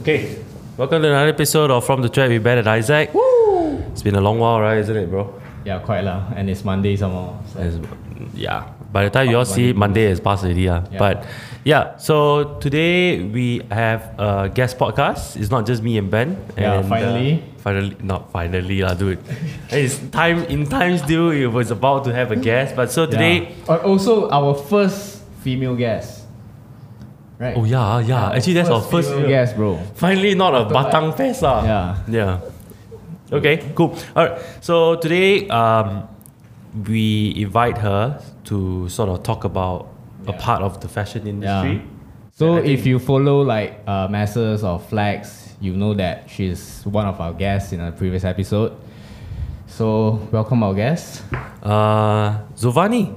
Okay, welcome to another episode of From the Track with Ben and Isaac. Woo! It's been a long while, right? Isn't it, bro? Yeah, quite lah. And it's Monday somehow. So. It's- yeah. By the time you all see, Monday is past already, yeah. Yeah. But yeah, so today we have a guest podcast. It's not just me and Ben. Yeah, and, uh, finally. finally, not finally, lah, dude. it's time in times due. It was about to have a guest, but so today. Yeah. Or also our first female guest. Right. Oh yeah, yeah. Actually, that's our first. female guest, bro. Finally, not a batang fest, lah. Yeah. Yeah. Okay, cool. All right. So today, um, we invite her to sort of talk about a Yeah. part of the fashion industry. Yeah. So I think- if you follow like uh, masses or flags, you know that she's one of our guests in a previous episode. So welcome our guest. Uh, Zovani.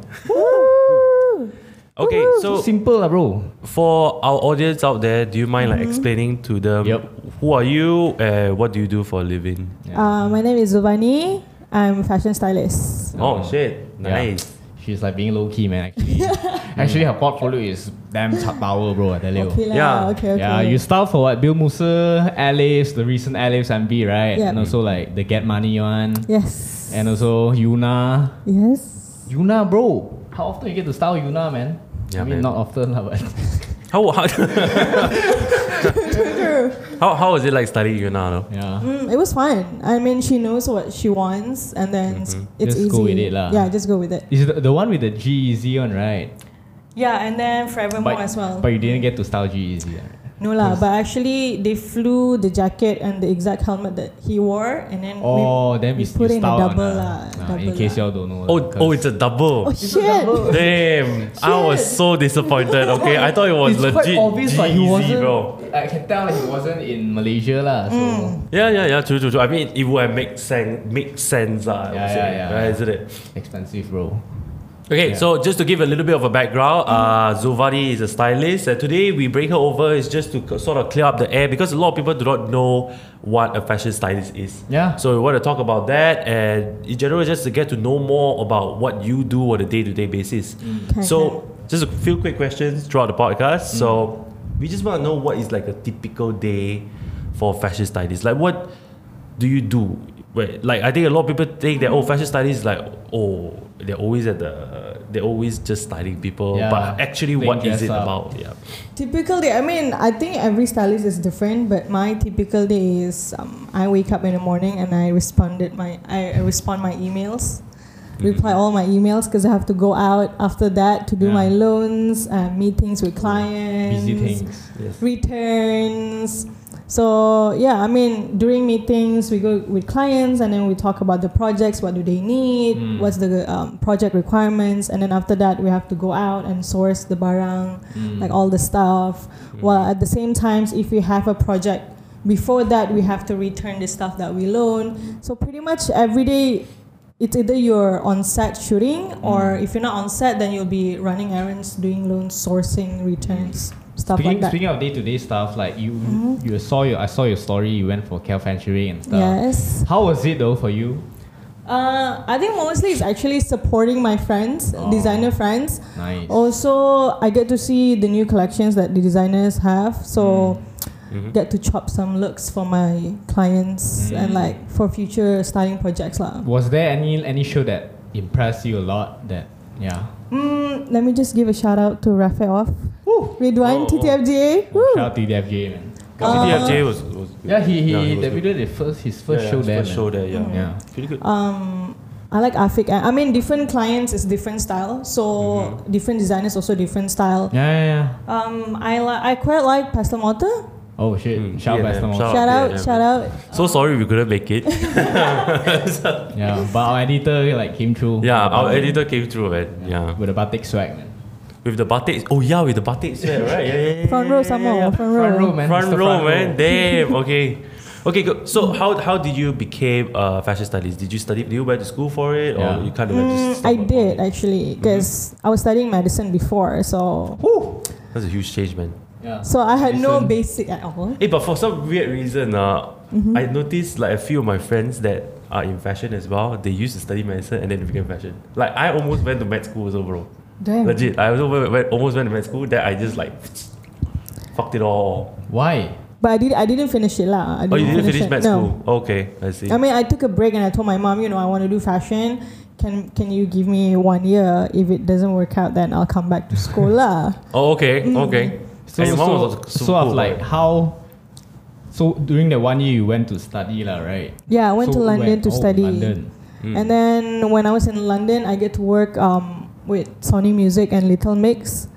okay, So so simple, lah, bro. for our audience out there, do you mind like explaining to them Mm-hmm. Yep. who are you and what do you do for a living? Uh, my name is Zubani. I'm a fashion stylist. Oh. Oh, shit! Yeah. Nice. She's like being low key, man. Actually, actually her portfolio is damn top power, bro. I tell you. Okay, lah, Yeah. okay, okay. Yeah, you style for what? Bill Musa, Alice, the recent Alice MV, right? Yeah. And also like the Get Money one. yes. And also Yuna. yes. Yuna, bro. How often you get to style Yuna, man? Yeah, I mean, man. not often, lah, but How how, how how is it like studying you now? No? yeah. Mm, it was fun. I mean, she knows what she wants, and then it's- it's Mm-hmm. Just easy. go with it lah. Yeah, just go with it. Is the, the one with the G Easy on, right? Yeah, and then Forevermore But, Oh, as well. But you didn't get to style G E Easy. no lah, but actually they flew the jacket and the exact helmet that he wore, and then Oh, we, then we, we put you in a style on double a- lah. ah, double In case lah. y'all don't know. Oh oh, it's a double. Oh shit! Damn, I was so disappointed. Okay, I thought it was legit. G-Eazy, bro. E I can tell he wasn't in Malaysia, lah. So Mm. Yeah, yeah, yeah. True, true, true. I mean, it would have make sense. Make sense, uh, I Yeah, would say, yeah, yeah. right? Isn't it? expensive, bro. Yeah. Okay, so just to give a little bit of a background, uh, Zovani is a stylist. and today we bring her over is just to c- sort of clear up the air because a lot of people do not know what a fashion stylist is. Yeah. So we want to talk about that and in general just to get to know more about what you do on a day-to-day basis. Mm. Okay. So just a few quick questions throughout the podcast. So we just want to know what is like a typical day for fashion studies. Like what do you do? Wait, like I think a lot of people think that oh fashion studies is like oh they're always at the they're always just styling people. Yeah. But actually They what dress is it up. about? Yeah. Typical day. I mean, I think every stylist is different, but my typical day is um, I wake up in the morning and I responded my I, I respond my emails, reply all my emails because I have to go out after that to do Yeah. my loans, uh, meetings with clients, Busy things. Yes. returns. So yeah, I mean, during meetings we go with clients and then we talk about the projects. What do they need? What's the um, project requirements? And then after that, we have to go out and source the barang, like all the stuff. While at the same times, if we have a project before that, we have to return the stuff that we loan. So pretty much every day. It's either you're on set shooting, or if you're not on set, then you'll be running errands, doing loan sourcing, returns, stuff Speaking, like that. Mm-hmm. speaking of day to day stuff, like you, you saw your, I saw your story. You went for Calventuring and stuff. Yes. How was it though for you? Uh, I think mostly it's actually supporting my friends, Oh. designer friends. Nice. Oh. Also, I get to see the new collections that the designers have. Mm. So, get to chop some looks for my clients Mm. and like for future styling projects lah. Was there any any show that impressed you a lot? That yeah. Mm, let me just give a shout out to Rafael off. Woo. Oh, oh. Redwine TTFGA. Woo. Shout out to DFJ man. Uh, CDFJ was, was good. yeah, he he was good. debuted his first his first Yeah, yeah, show his there. First man. show there, yeah. Yeah. Pretty good. um I like Afik. I I mean, different clients is different style, so different designers also different style. Mm-hmm. Yeah, yeah, yeah. Um, I li- I quite like Pastel Motor. Oh shit! Mm, Shout out yeah, yeah, man. Shout Shout yeah, out, yeah, shout out. so sorry we couldn't make it. Yeah, but our editor like came through. Yeah, our With- editor came through, man. Yeah. with a batik swag man. With the batik. Oh, yeah, with the batik sweat, right? Yeah, yeah, yeah, Front yeah, row yeah, some yeah, more. yeah. Front row. man. Front Mr. row, man. Damn. Okay. Okay, go. so how, how did you became uh, fashion studies? Did you study, did you went to school for it? Yeah. Or you kind of like just. Mm, I stumbled upon did actually Mm-hmm. because I was studying medicine before, so Woo. it? That's a huge change, man. Yeah. so I had no Medicine. basic at all. Hey, but for some weird reason, uh, Mm-hmm. I noticed like a few of my friends that are in fashion as well, they used to study medicine and then they became fashion. Like, I almost went to med school also, bro. Damn. Legit, I also went, went, almost went to med school that I just like fucked it all. Why? But I did. I didn't finish it lah. I Oh, you didn't finish it. med no. school. Okay, I see. I mean, I took a break and I told my mom, you know, I want to do fashion. Can can you give me one year? If it doesn't work out, then I'll come back to school lah. oh, okay, Mm. okay. So, And your mom so, was also so of cool, like right? how. So during that one year you went to study lah, right? Yeah, I went So to London where- to oh, study. London. And Mm. then when I was in London, I get to work um, with Sony Music and Little Mix.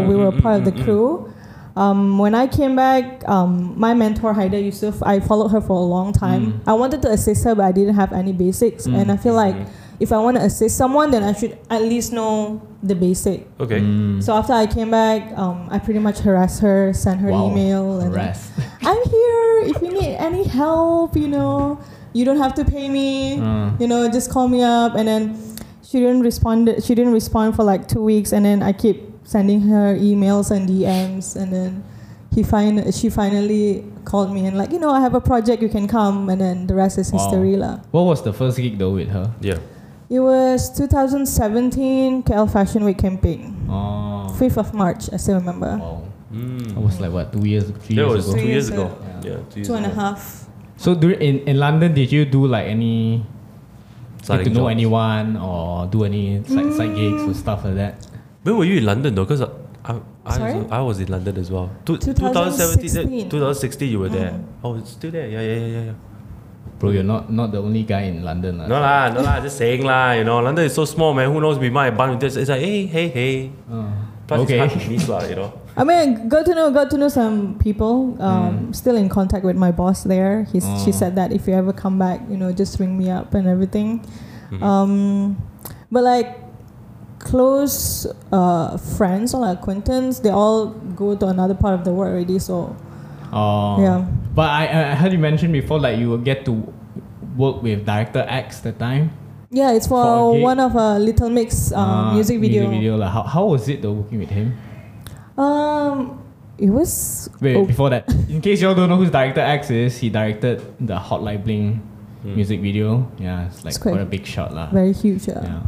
Oh, we were mm, part of the crew. Um, when I came back, um, my mentor Haida Yusuf, I followed her for a long time. Mm. I wanted to assist her, but I didn't have any basics. And I feel like if I want to assist someone, then I should at least know the basic. Mm. Okay. Mm. So after I came back, um, I pretty much harassed her, sent her Wow. email, and Rest. I'm here if you need any help, you know. You don't have to pay me. Mm. You know, just call me up and then she didn't respond she didn't respond for like 2 weeks and then I keep sending her emails and DMs and then he fin- she finally called me and like, you know, I have a project you can come and then the rest is Wow. history lah. What was the first gig though with her? Yeah. It was 2017 KL Fashion Week campaign. Oh. 5th of March, I still remember. Wow. Mm. That was like what two years, three That years was ago. two years Three ago. years ago. Yeah, two years Two and a ago. half. So during in, in London, did you do like any get Starting to know jobs. anyone or do any side, side gigs Mm. or stuff like that? When were you in London though? Because I, I, I, Sorry? was, I was in London as well. Two, 2016. 2017, 2016 you were Uh-huh. there. Oh, it's still there. Yeah, yeah, yeah, yeah, yeah. Bro, you're not not the only guy in London. lah. No lah, no lah. Just saying lah. You know, London is so small, man. Who knows? We might bump into this. It's like, hey, hey, hey. Plus, Oh. okay. it's hard to miss lah. You know. I mean, got to know, got to know some people. Hmm. Um, Still in contact with my boss there. He's, She Oh. said that if you ever come back, you know, just ring me up and everything. Hmm. Um, but like close uh, friends or like acquaintance, they all go to another part of the world already. So Oh. Yeah. But I, I heard you mention before like you will get to work with director X the time. yeah, it's for, For a gig? one of a Little Mix um, Ah, music video. Music video lah. how, how was it though working with him? Um, it was Wait, oh, before that, in case y'all don't know who's director X is, he directed the Hotline Bling Mm. Hmm. music video. Yeah, it's like It's quite quite a big shot lah. very huge. uh, Yeah.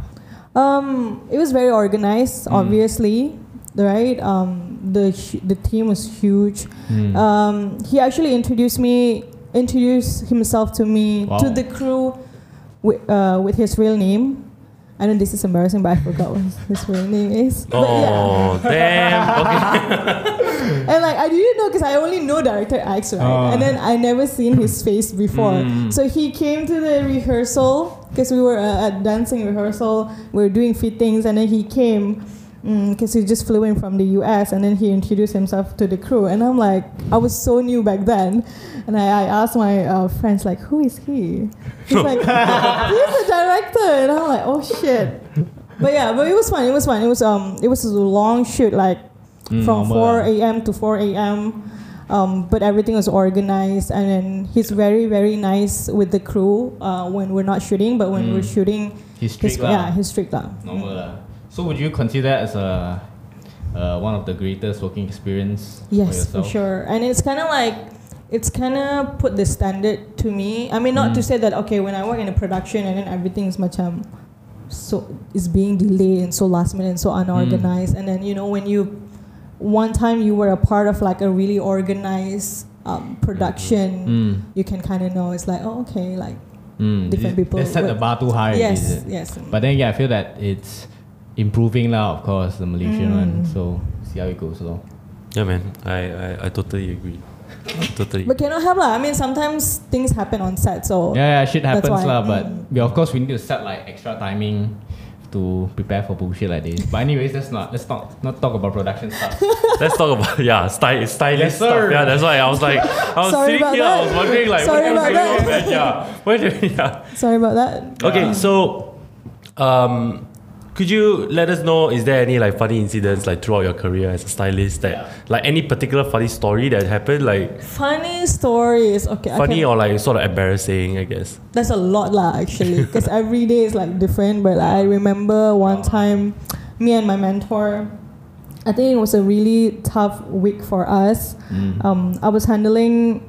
Um, it was very organized, obviously, right? Um, the hu- the team was huge. Hmm. Mm. Um, he actually introduced me, introduced himself to me to Wow. the crew, with, uh, with his real name. I know this is embarrassing, but I forgot what his real name is. But yeah, Oh damn. Okay. and like I didn't know because I only know director X, right? Ah. And then I never seen his face before. So he came to the rehearsal because we were uh, at dancing rehearsal. We were doing fittings, and then he came because he just flew in from the U.S. And then he introduced himself to the crew, and I'm like, I was so new back then, and I, I asked my uh, friends like, who is he? He's like, he's the director, and I'm like, oh shit. But yeah, but it was fun. It was fun. It was um, it was a long shoot, like Mm, from normal. 4 a.m. to 4 a.m. Um, but everything was organized, and then he's very, very nice with the crew uh, when we're not shooting, but when we're shooting, He's Mm. he's, strict lah. yeah, he's strict. lah. Normal lah. So would you consider that as a uh, one of the greatest working experience for Yes, for yourself? sure. And it's kind of like, it's kind of put the standard to me. I mean, Mm. not to say that, okay, when I work in a production and then everything's much, um, so is being delayed and so last minute and so Mm. unorganized. And then, you know, when you, one time you were a part of like a really organized um, production, Mm. you can kind of know it's like, oh, okay, like, Mm. Different They- people They set the would- bar too high. yes, is it? yes. But then yeah, I feel that it's improving lah. Of course, the Malaysian one. Mm. So see how it goes lor. Yeah, man. I, I, I totally agree. totally. But cannot help, lah. I mean, sometimes things happen on set, so. Yeah, yeah, shit That's happens why, lah. But mm. we of course we need to set like extra timing to prepare for bullshit like this. But anyways, let's not let's not not talk about production stuff. Let's talk about yeah, sty- stylish Yes, sir. stuff. Yeah, that's why I was like, I was Sorry sitting about here, that. I was wondering like, Sorry what about is going on, that. man? Yeah, where do yeah. Sorry about that. Okay, so, um, could you let us know? Is there any like funny incidents like throughout your career as a stylist that like any particular funny story that happened like Funny stories. Okay. I funny can- or like sort of embarrassing? I guess. That's a lot lah actually because every day is like different but like, I remember one time me and my mentor I think it was a really tough week for us um, I was handling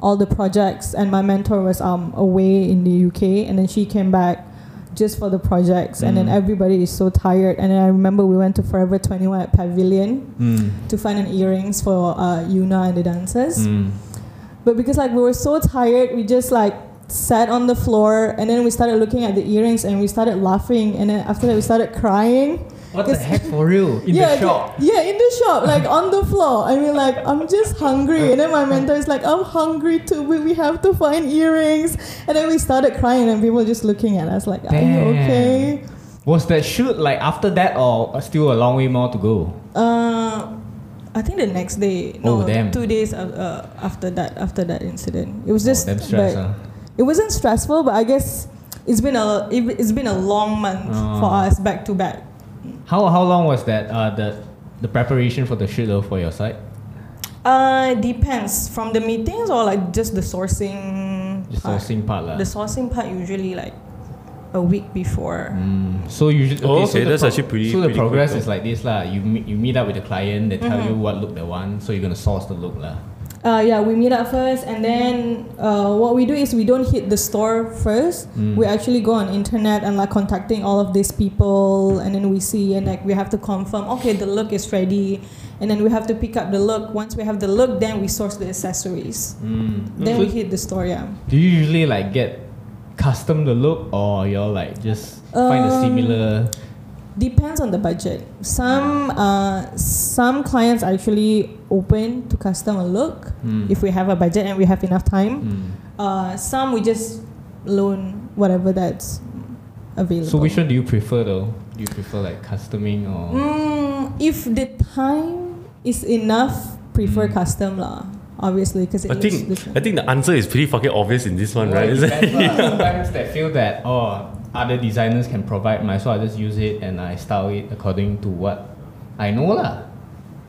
all the projects and my mentor was um, away in the UK and then she came back just for the projects, and then everybody is so tired. And then I remember we went to Forever 21 at Pavilion Mm. to find an earrings for uh, Yuna and the dancers. Mm. But because like we were so tired, we just like sat on the floor and then we started looking at the earrings and we started laughing and then after that we started crying. What the Because- heck for real? In yeah, the shop. Yeah, in the shop, like on the floor. I mean like I'm just hungry and then my mentor is like, I'm hungry too, but we have to find earrings and then we started crying and people were just looking at us like, Are you Damn. okay? Was that shoot like after that or still a long way more to go? Uh I think the next day, no, Oh, damn. two days uh, uh, after that, after that incident, it was Just just damn stress, but- huh? it wasn't stressful, but I guess it's been a it- it's been a long month Oh. for us back to back. How how long was that uh, the the preparation for the shoot though for your side? Uh, depends from the meetings or like just the sourcing. Just part. sourcing part lah. The sourcing part usually like a week before. Mm. So usually Oh, so okay, the that's actually pretty- So the pretty progress quick, is like this lah. You meet you meet up with the client, they tell you Mm-hmm. what look they want, so you're gonna source the look lah. Uh, yeah, we meet up first, and then uh, what we do is we don't hit the store first. Mm. We actually go on internet and like contacting all of these people, and then we see and like we have to confirm. Okay, the look is ready, and then we have to pick up the look. Once we have the look, then we source the accessories. Mm. Then So- we hit the store. Yeah. Do you usually like get custom the look or you're like just find a Um, similar? Depends on the budget. Some uh, some clients are actually open to custom a look Mm. Hmm. if we have a budget and we have enough time. Mm. Uh, some we just loan whatever that's available. So which one do you prefer though? Do you prefer like customing or? Mm, if the time is enough, prefer custom lah. Obviously, because Mm. I it looks think different. I think the answer is pretty fucking obvious in this one, Well, right? it It's like- depends lah. Sometimes they feel that oh other designers can provide my so I just use it and I style it according to what I know lah.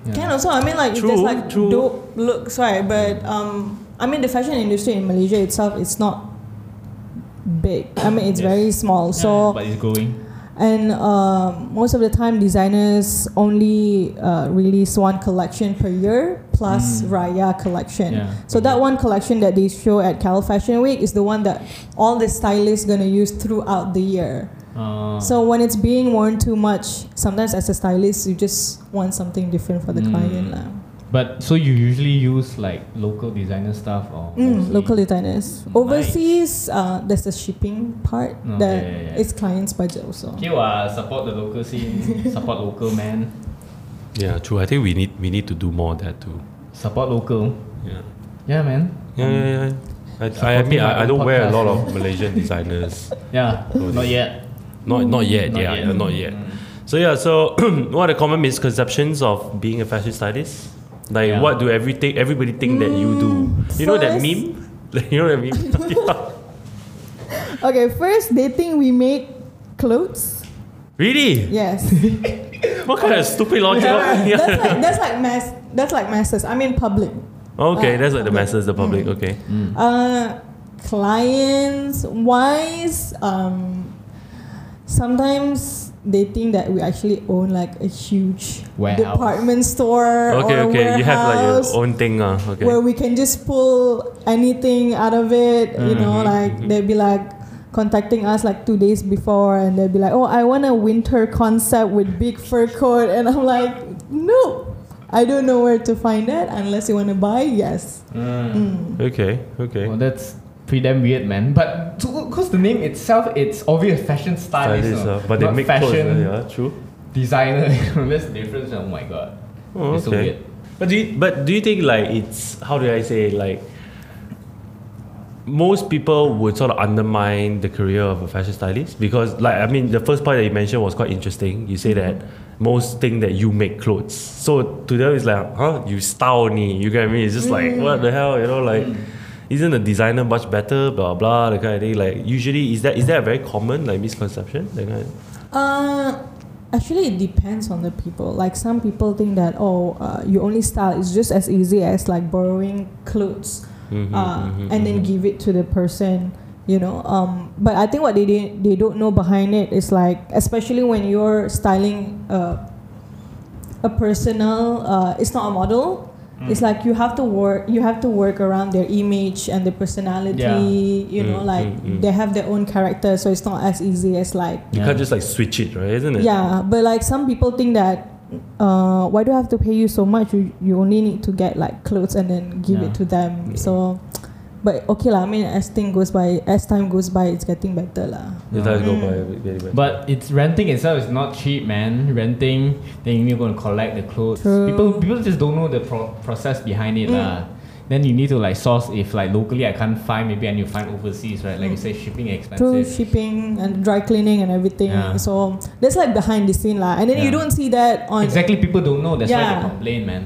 Yeah. Can also, I mean, like if True, there's like true. dope looks, right? But um, I mean, the fashion industry in Malaysia itself, it's not big. I mean, it's Yes. very small. So but it's going. and um, most of the time, designers only uh, release one collection per year plus Raya collection. Mm. Yeah. So that one collection that they show at Cal Fashion Week is the one that all the stylists gonna use throughout the year. Uh, So when it's being worn too much, sometimes as a stylist, you just want something different for the Mm. client. lah. but so you usually use like local designer stuff or Mm, mostly- local designers. Nice. Overseas, uh, there's the shipping part Oh, that yeah, yeah, yeah. it's client's budget also. Okay, well, support the local scene, support local man, yeah, true. I think we need we need to do more of that too. support local. Yeah. Yeah, man. Yeah, yeah, yeah. I, I Supporting admit my I, I own don't wear a lot podcast. of Malaysian designers. Yeah, not yet. Not not yet, Not yeah, yet. Mm. yeah, not yet. So yeah, so what are the common misconceptions of being a fashion stylist? Yeah. Like what do everything everybody think that you do? You know that first- meme? Like, you know that meme? Yeah. Okay, first they think we make clothes. Really? Yes, What kind of stupid logic? Yeah. that's like that's like mass that's like masses. I mean public. Okay, Uh, that's like the public. masses, the public. Okay. Uh, clients wise, um, sometimes they think that we actually own like a huge Warehouse. department store Okay, or a okay. You have like warehouse. your own thing, uh. Okay. where we can just pull anything out of it. You know, like they'd be like contacting us like two days before, and they'd be like, "Oh, I want a winter concept with big fur coat," and I'm like, "No, I don't know where to find it unless you want to buy." Yes, Mm. Okay, okay. Mm. Well, that's pretty damn weird, man. But because the name itself, it's obvious fashion stylist, you Stylist, know, uh, but they not make fashion clothes. uh, Yeah, true. designer. that's the difference. Oh my god, Oh, it's so weird. okay. But do you but do you think like it's how do I say like most people would sort of undermine the career of a fashion stylist because like I mean the first part that you mentioned was quite interesting. You say that most think that you make clothes. So to them it's like, huh, you style me, you get what I mean? It's just Mm. like what the hell, you know, like isn't a designer much better, blah blah, that kind of thing. Like usually is that is that a very common like misconception? That kind uh, actually, it depends on the people. Like some people think that oh, uh, you only style is just as easy as like borrowing clothes. mm-hmm, uh, and then give it to the person you know um, but i think what they didn't they don't know behind it is like especially when you're styling uh, a personal uh, it's not a model Mm. It's like you have to work. You have to work around their image and their personality. Yeah. You know, Mm, like mm, mm. they have their own character, so it's not as easy as like You Yeah. can't just like switch it, right? Isn't it? yeah, but like some people think that uh, why do I have to pay you so much? You you only need to get like clothes and then give Yeah. it to them. Yeah. So, but okay lah. I mean, as thing goes by, as time goes by, it's getting better lah. It does go Mm. by very well. But it's renting itself is not cheap, man. Renting, then you're going to collect the clothes. True. People people just don't know the pro- process behind it, Mm. lah. Then you need to like source if like locally I can't find, maybe I need to find overseas, right? Like you say, shipping Through expensive. shipping and dry cleaning and everything. Yeah. So that's like behind the scene lah. And then you Yeah. don't see that on. Exactly, people don't know. That's why Yeah. they complain, man.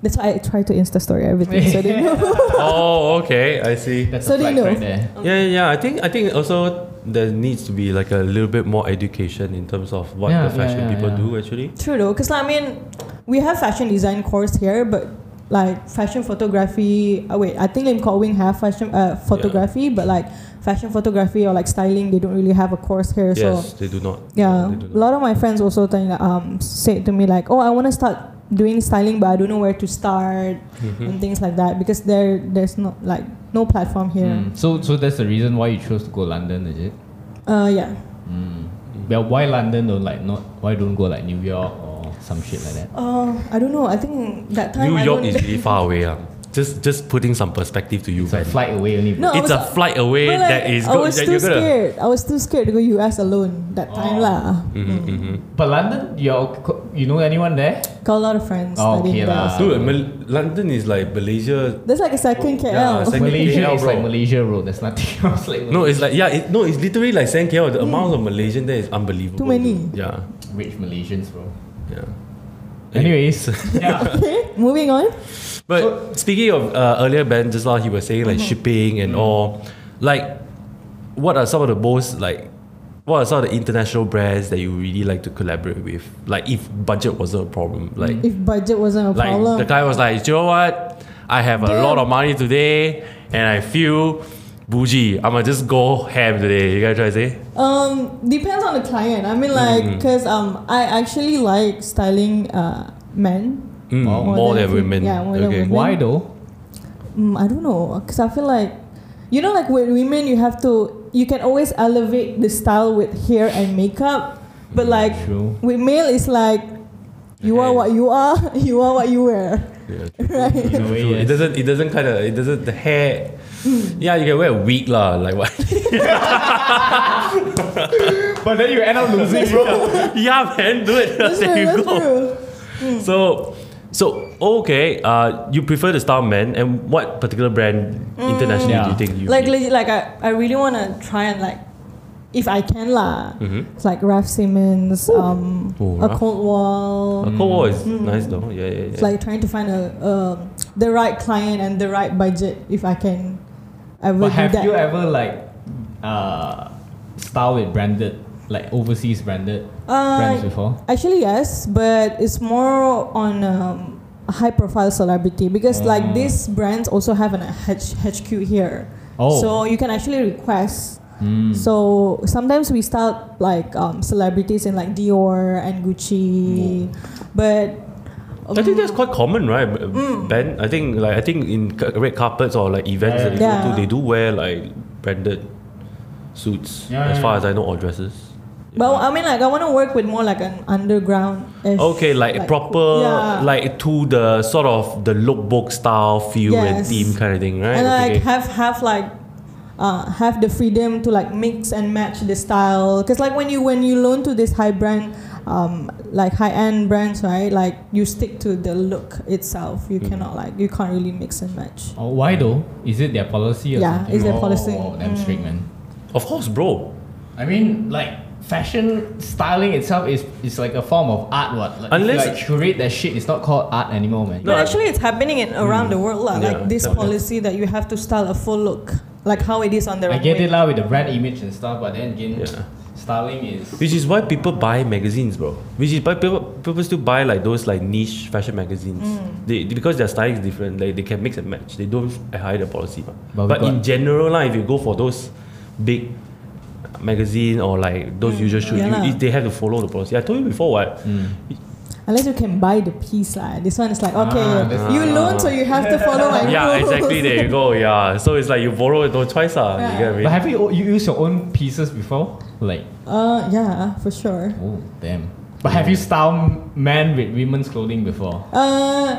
That's why I try to Insta story everything. so they know. oh, okay, I see. That's So a they flex know. right there. Yeah, yeah, yeah. I think I think also there needs to be like a little bit more education in terms of what Yeah, the yeah, fashion yeah, people yeah. do actually. True though, because I mean, we have fashion design course here, but like fashion photography. Oh wait, I think Lim Kok Wing have fashion uh, photography, but like fashion photography or like styling, they don't really have a course here. Yes, So they do not. yeah, they do a not. lot of my friends also think, um said to me like, oh, I want to start doing styling, but I don't know where to start Mhm. and things like that because there there's not like no platform here. Mm. So so that's the reason why you chose to go London, is it? Uh yeah. Mm. Well, why London don't like not? Why don't go like New York or some shit like that? Uh, I don't know. I think that time New I York don't- is really far away. ah. Just just putting some perspective to you, It's a man. flight away only. No, I it's a was- flight away But, like, that is I go- was that too you're gonna- scared. I was too scared to go US alone that time Oh. lah. Mhm, mhm. But London, you're co- you know anyone there? Got a lot of friends Oh, okay studying there. lah. Dude, so- Mal- London is like Malaysia. There's like a second KL. Yeah, second- Technically, Malaysia KL, is like bro. Malaysia road. There's nothing else like No, it's like yeah, it, no, it's literally like San KL. The amount of Malaysian there is unbelievable. Mm. Too many. dude. Yeah, rich Malaysians, bro. yeah. Anyways, yeah. Okay, moving on. But speaking of uh, earlier, Ben, just now he was saying like shipping and all. Like, what are some of the most like, what are some of the international brands that you really like to collaborate with? Like, if budget wasn't a problem, like, If budget wasn't a Mm. like problem. the guy was like, you know what? I have a Dude. lot of money today, and I feel bougie. I'ma just go ham today. You guys try to say? um, depends on the client. I mean, like, Mm. because um, I actually like styling uh, men. Mm, Wow. more, More than, than- women. yeah, more than okay. women. why though? Mm, I don't know, because I feel like, you know, like with women, you have to, you can always elevate the style with hair and makeup, but like True. with male, it's like, you are Hey. what you are, you are what you wear. Yeah, Right. In a way, True. It yes. doesn't. It doesn't kind of. It doesn't. The hair. Yeah, you can wear a wig lah. Like what? But then you end up losing, bro. yeah, man. Do it. That's there true, you that's go. true. So, so okay. Uh, you prefer the style man, and what particular brand internationally Yeah. do you think you Mm. like legit, like I, I really want to try and like if I can lah Mm. Mhm. it's like Raf Simmons um Oh, Um, a Raf. cold wall a Uh, cold war is nice though. Yeah, yeah, yeah. it's Mm. like trying to find a um the right client and the right budget if I can ever But do have that you ever like uh style with branded like overseas branded brands uh, before? actually yes but it's more on um, a high profile celebrity Mm. because like these brands also have an H- HQ here Oh. so you can actually request Mm. So sometimes we start like um, celebrities in like Dior and Gucci, but I think um, Mm. that's quite common, right, Ben? I think like I think in ca- red carpets or like events that they Yeah. go to, they do wear like branded suits. Yeah, yeah, as far yeah. as I know, or dresses. But I mean, like I want to work with more like an underground. Okay, like, proper, yeah. like to the sort of the lookbook style feel and Yes. theme kind of thing, right? and Okay, like okay. have have like uh, have the freedom to like mix and match the style because like when you when you loan to this high brand um, like high end brands right like you stick to the look itself you Hmm. cannot like you can't really mix and match Oh, why though? Is it their policy or Yeah, something? it's their Oh, policy. Oh, damn strict, man. Of course, bro. I mean, like fashion styling itself is is like a form of art. What? Like, if you, Unless- like curate that shit, it's not called art anymore, man. No, but I- Hmm. actually, it's happening in around the world, lah. Yeah, like this definitely. policy that you have to style a full look, like how it is on the. I runway. get it lah with the brand image and stuff, but then again, Yeah. styling is Which is why people buy magazines, bro. Which is why people, people still buy like those like niche fashion magazines. Mm. They, they- because their style is different, like they can mix and match. They don't hide the policy. mah. But we But, in got- general, like, if you go for those big magazine or like those usual shoot, Mm, Yeah you, lah. Mm. it- they have to follow the policy. I told you before what Unless you can buy the piece, lah. This one is like okay, Ah, that's- you loan, so you have to follow my yeah, rules. exactly. There you go. Yeah. So it's like you borrow it no twice. ah. You get Yeah. what I mean? But have you, you used your own pieces before? Like, Uh, yeah, for sure. oh, damn. But have you styled men with women's clothing before? Uh,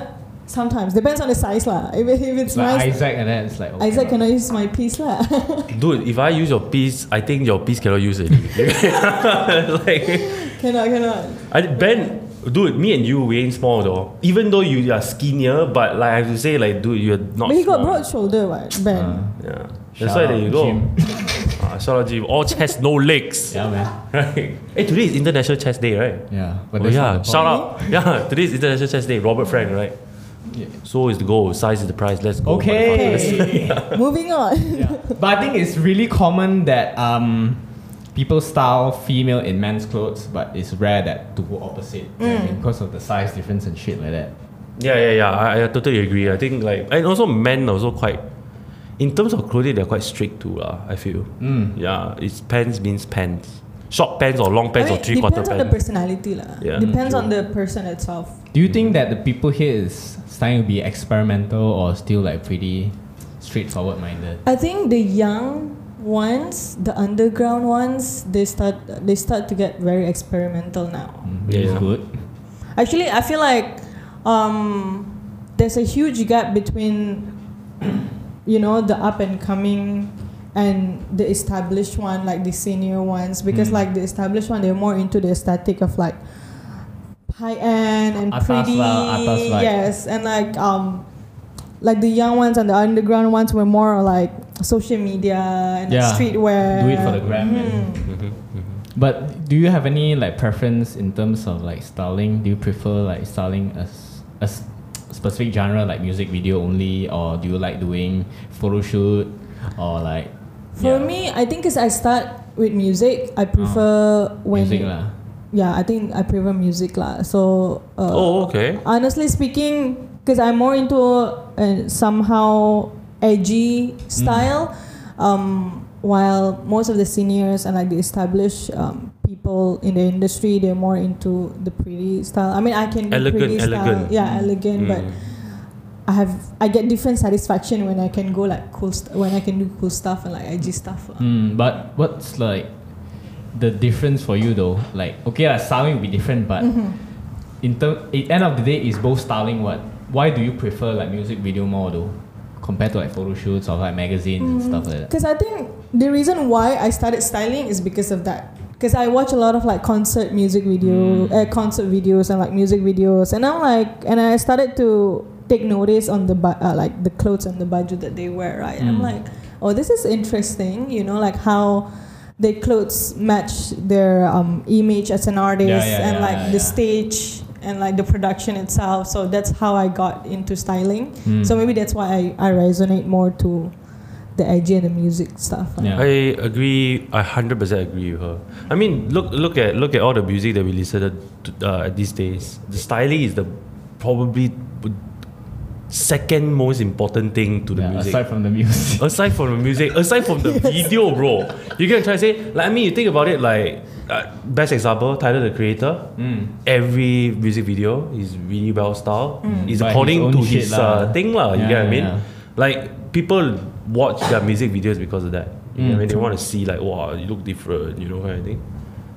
sometimes depends on the size, lah. If, if it's like nice, Isaac and that, it's like okay, uh, Isaac cannot use my piece, lah. Dude, if I use your piece, I think your piece cannot use it. like, cannot, cannot. I, Ben, dude, me and you, we ain't small though. Even though you are skinnier, but like I have to say, like, dude, you're not. but he got small. broad shoulder, right? Ben. Uh, Yeah, that's Shout why out, there you go. Jim. Ah, shout out Jim. All chest, no legs. Yeah, man. Right. Hey, today is International Chest Day, right? Yeah. But oh that's yeah, not the shout point. out. Yeah, today is International Chess Day. Robert Frank, right? Yeah. So is the goal. Size is the price. Let's go. motherfuckers. Okay. Moving on. Yeah. But I think it's really common that um, people style female in men's clothes, but it's rare that to go opposite you know what I Mm. mean? because of the size difference and shit like that. Yeah, yeah, yeah. I, I totally agree. I think like and also men are also quite in terms of clothing they're quite strict too, lah, I feel. Mm. Yeah. It's pants means pants. Short pants or long I pants mean, or three quarter depends on the pants. personality, lah. Yeah. Depends Mm, on the person itself. Do you think that the people here is starting to be experimental or still like pretty straightforward minded? I think the young ones, the underground ones, they start they start to get very experimental now. Yeah. It's good. Actually, I feel like um, there's a huge gap between you know the up and coming and the established one, like the senior ones, because Mm. like the established one, they're more into the aesthetic of like high end and Atas pretty, lah, atas lah. yes, and like um, like the young ones and the underground ones were more like social media and like Yeah. streetwear. Mm-hmm. Do it for the gram. man. Mm-hmm, But do you have any like preference in terms of like styling? Do you prefer like styling a, s- a s- specific genre like music video only, or do you like doing photo shoot or like For yeah, me, I think as I start with music, I prefer when Oh. music lah? yeah, I think I prefer music lah. So uh, Oh, okay. honestly speaking, because I'm more into uh, somehow edgy style, Mm. um, while most of the seniors and like the established um, people in the industry, they're more into the pretty style. I mean, I can do Elegant, pretty style, elegant. yeah, elegant, but. Mm. I have I get different satisfaction when I can go like cool st- when I can do cool stuff and like edgy stuff. lah. Mm, but what's like the difference for you though? Like okay, like styling will be different, but Mm-hmm. in term, at end of the day, is both styling what? Why do you prefer like music video more though, compared to like photo shoots or like magazines and stuff like that? Because I think the reason why I started styling is because of that. Because I watch a lot of like concert music video, Mm. uh, concert videos and like music videos, and I'm like, and I started to take notice on the bu- uh, like the clothes and the budget that they wear. Right, I'm Mm. like, oh, this is interesting. You know, like how their clothes match their um, image as an artist yeah, and yeah, like yeah, the yeah. stage and like the production itself. So that's how I got into styling. Mm. So maybe that's why I, I resonate more to the edgy and the music stuff. Yeah. I agree. I hundred percent agree with her. I mean, look, look at look at all the music that we listen to uh, these days. The styling is the probably second most important thing to the Yeah, music. aside from the music. aside from the music, aside from the video, bro, you can try to say like I mean, you think about it like uh, best example, Tyler the Creator. Hmm. Every music video is really well styled. Mm. It's By his according own to shit his lah. uh, thing lah. Yeah, You get what I yeah, mean? yeah. Like people watch their music videos because of that. You know what I Mm. mean? They want to see like wow, you look different. You know what I think?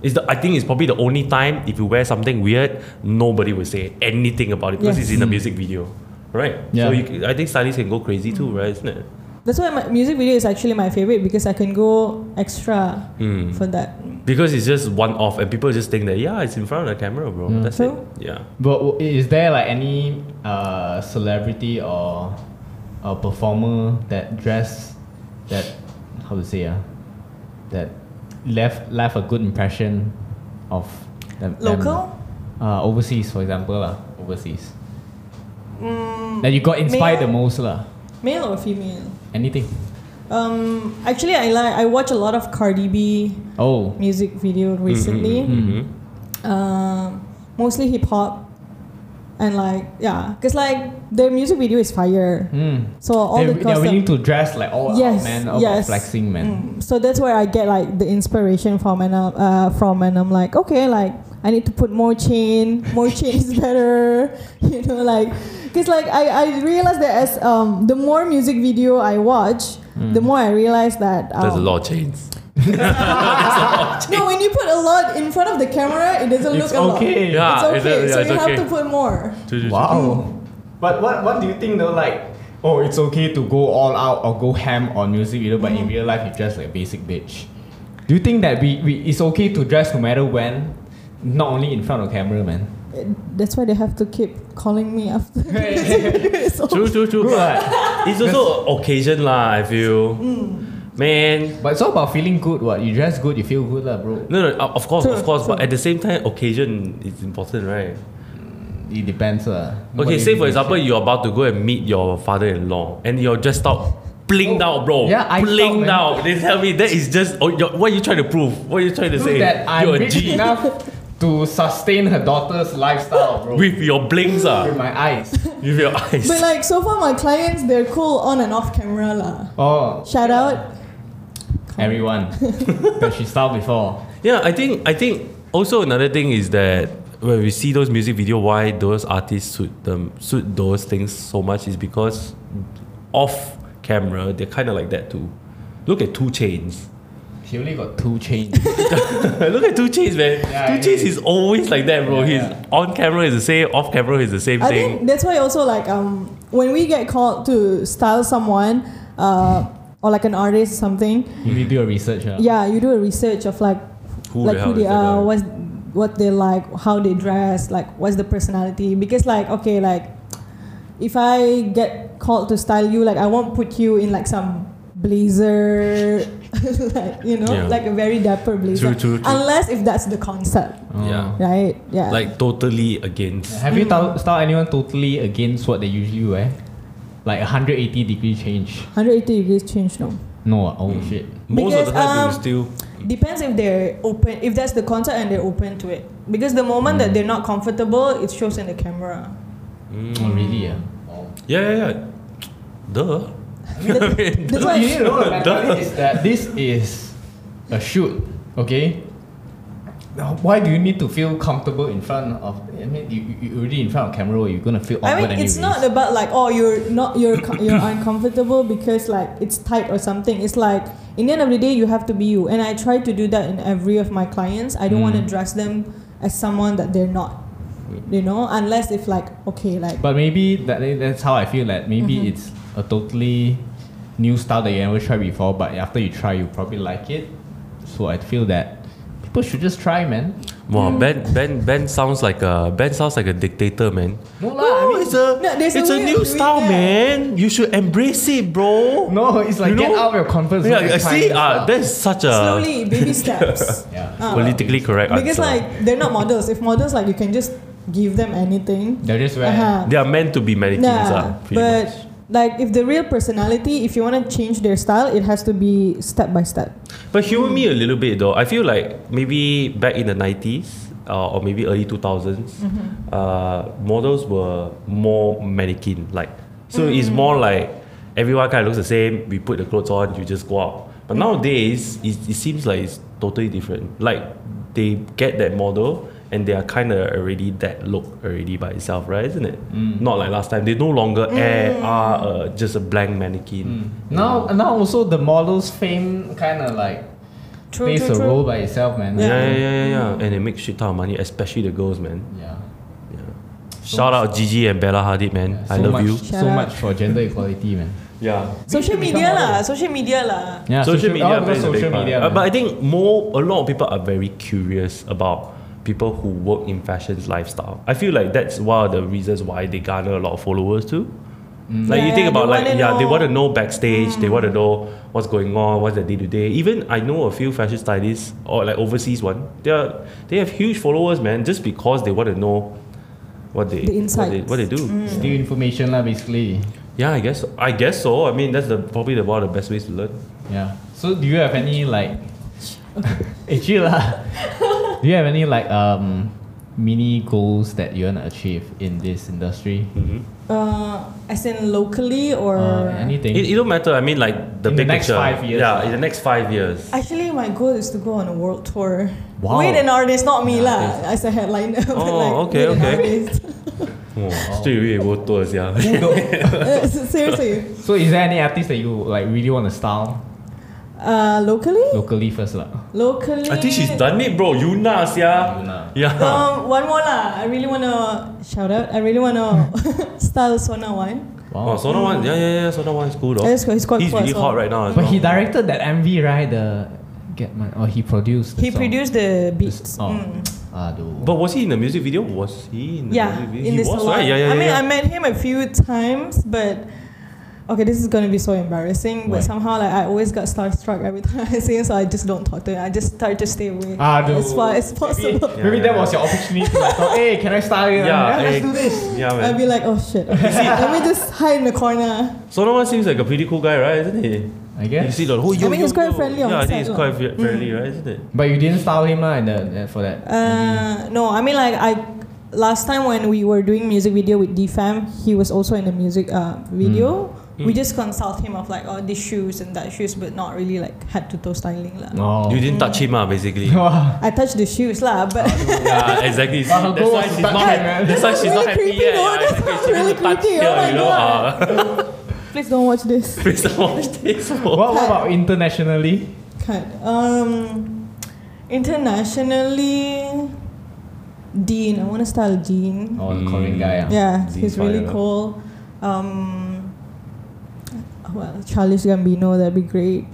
It's the, I think it's probably the only time if you wear something weird, nobody will say anything about it because Yes. it's in a music video, right? Yeah. So you, c- I think stylists can go crazy too, right? Isn't it? That's why my music video is actually my favorite because I can go extra Hmm. for that. Because it's just one off and people just think that yeah, it's in front of the camera, bro. That's it. True. Yeah. But w- is there like any uh, celebrity or a performer that dress that how to say uh, that left left a good impression of them? them? Local? uh, overseas, for example, lah, overseas. Mm, that you got inspired the male? most, lah. Male or female? Anything? Um, actually, I like I watch a lot of Cardi B Oh, music video recently. Mm-hmm. Um, mostly hip hop, and like yeah, cause like their music video is fire. mm. So all they're, the they're custom- willing to dress like all Yes, out, man, all yes. flexing, man. Mm. So that's where I get like the inspiration from, and uh, uh, from, and I'm like, okay, like I need to put more chain. More chain is better. You know, like because like I I realized that as um the more music video I watch, the more I realize that um, Mm. There's a lot of chains. No, when you put a lot in front of the camera, it doesn't It's look a okay. Yeah. lot. It's Ah, it's okay. a- yeah, so it's you okay. have to put more. Wow. Mm. But what what do you think though? Like, oh, it's okay to go all out or go ham on music video, but Mm. in real life you're just like a basic bitch. Do you think that we, we it's okay to dress no matter when, not only in front of camera, man? It- Eh, That's why they have to keep calling me after. it's all- True, true, true. Good. what? It's also a occasion lah. I feel, Mm. man. but it's all about feeling good. What you dress good, you feel good, lah, bro. No, no, uh, of course, True, of course, but true. at the same time, occasion is important, right? It depends, lah. What Okay, you say do for is- example, you're about to go and meet your father-in-law, and you're just out, blinged out, bro. Yeah, I blinged thought, man. out. They tell me that is just. Oh, you're, what are you trying to prove? What are you trying to Prove say? that I'm you're a rich G enough to sustain her daughter's lifestyle, bro. with your blings, With ah, my eyes. with your eyes. But like so far, my clients they're cool on and off camera lah. Oh, Shout out. everyone that she styled before. Yeah, I think I think also another thing is that when we see those music video, why those artists suit them suit those things so much is because off camera they're kind of like that too. Look at Two Chains. She only got two chains. Look at Two Chains, man. Yeah, two yeah, Chains yeah. is always like that, bro. Yeah, he's on camera is the same, off camera is the same I thing. think that's why also like um when we get called to style someone, uh, or like an artist or something. you need to do your research, huh? Yeah, you do a research of like Who the like hell who is they that guy? are, what's what they like, how they dress, like what's the personality. Because like okay, like if I get called to style you, like I won't put you in like some blazer, like you know, Yeah. like a very dapper blazer. true, true. Unless if that's the concept, Oh. Yeah. right? Yeah. Like totally against. Have you tou- styled anyone totally against what they usually wear? Like 180 degree change? 180 degrees change no. No, ah, oh shit. Most Because, of the time, um, they will still. Depends if they're open, if that's the concept and they're open to it. Because the moment Hmm. that they're not comfortable, it shows in the camera. um, Oh, really? Yeah. mm, Yeah, yeah, yeah. Duh. That's You need why to know the mentality is that this is a shoot, okay? Now, Why do you need to feel comfortable in front of? I mean, you, you- you're already in front of camera. You're gonna feel I awkward mean, it's anyways. not about like oh you're not you're co- you're uncomfortable because like it's tight or something. It's like in the end of the day you have to be you, and I try to do that in every of my clients. I don't want to Hmm. dress them as someone that they're not, you know, unless if like okay like But maybe that that's how I feel. That maybe Mm-hmm. it's a totally new style that you never tried before. But after you try, you probably like it. So I feel that people should just try, man. Wow, Ben, Ben, Ben sounds like a Ben sounds like a dictator, man. No lah. I No, mean, it's a No, there's a it's a, way of new doing style, that. man. You should embrace it, bro. no, it's like You get know- out of your comfort zone. yeah, and I try see, new ah, stuff. that's such a uh, slowly baby steps. yeah. Ah. politically correct because answer. like they're not models. If models like you can just give them anything. They're just wearing. Uh-huh. they are meant to be mannequins, ah, Yeah, pretty but much. like if the real personality, if you want to change their style, it has to be step by step. But humor me a little bit though. I feel like maybe back in the nineties uh, or maybe early two uh, models were more mannequin like. So it's more like everyone kind of looks the same. We put the clothes on, you just go out. But nowadays, it, it seems like it's totally different. Like they get that model and they are kind of already that look already by itself, right? Isn't it? Not like last time. They no longer air, are uh, just a blank mannequin. Now, now also the models' fame kind of like True, plays true, a true. role by itself, man. Yeah, yeah, yeah, yeah, yeah. And they make shit ton of money, especially the girls, man. Yeah. Shout out Gigi and Bella Hadid, man. Yeah, I so love much, you. Shout so out. much for gender equality, man. Yeah. Social We should media become lah, social media lah. Yeah, social, media oh, plays a big social part. media. Uh, man. but I think more a lot of people are very curious about people who work in fashion's lifestyle. I feel like that's one of the reasons why they garner a lot of followers too. Like Yeah, you think yeah, about they like wanna yeah, they know. want to know backstage, they want to know what's going on, what's the day to day. Even I know a few fashion stylists or like overseas one, they are they have huge followers, man, just because they want to know what they The what they, insights. Mm. what they do. Steal information lah, basically. Yeah, I guess I guess so. I mean, that's the probably the one of the best ways to learn. Yeah. So do you have any like? Eh, chill lah. do you have any like um mini goals that you wanna achieve in this industry? Uh, as in locally or Uh, anything. It, it don't matter. I mean, like the In the big next picture. five years, Yeah, lah. in the next five years. Actually, my goal is to go on a world tour. Wow. With an artist, not me Yeah, lah. okay. As a headliner. but Oh, like, okay, with an okay. artist. Oh, straight away, we'll tour, yeah. Uh, Seriously. so is there any artist that you like really want to style Uh, locally? locally first lah? Locally. I think she's done it, bro. Yuna, yeah. Yuna. Yeah. Um, one more lah. I really wanna shout out. I really wanna style Sona One. Oh, Sona one, yeah, yeah, yeah. Sona one is cool, though. That's quite- it's quite He's cool really as hot well. right now. as But well. he directed that MV, right? The Get My or he produced. the He song. produced the beats. Oh. Mm. Aduh. But was he in the music video? Was he in the Yeah, music video? in he this was, salon. right? Yeah, yeah, I mean, yeah. I met him a few times, but okay, this is gonna be so embarrassing. Why? But somehow, like, I always got starstruck every time I see him, so I just don't talk to him. I just try to stay away Ah, Aduh. as far as possible. Maybe, maybe that Yeah, yeah. was your opportunity. to like, thought, hey, can I style you? Yeah, let's eh, do this. yeah, man. I'd be like, oh shit, okay, let me just hide in the corner. Sona one seems like a pretty cool guy, right? Isn't he? I You guess. see the whole. I mean, he's quite friendly on Yeah, I the think he's side Mm. lah. quite fri- friendly, right? Isn't it? But you didn't style him uh, in the, uh, for that. MV. Uh, no, I mean, like, I last time when we were doing music video with DFAM, he was also in the music uh, video. Mm. We just consult him of like, oh, these shoes and that shoes, but not really like head to toe styling lah. Oh. You didn't touch him, ah, basically. Wow. I touched the shoes lah, but. yeah, exactly. But her that's, goal was why she's to not, touch him, happy- man. that's why she's Really not happy creepy, yet. though. yeah, That's exactly. She really didn't touch creepy. here, Oh my you know. God. ah. Please don't watch this. Please don't watch this. bro. What, what about internationally? Cut. Um, internationally, Dean. I want to style Dean. Oh, the Korean guy. ah. Mm. yeah, Dean he's really Fire. cool. Um, well, Charles Gambino, that'd be great.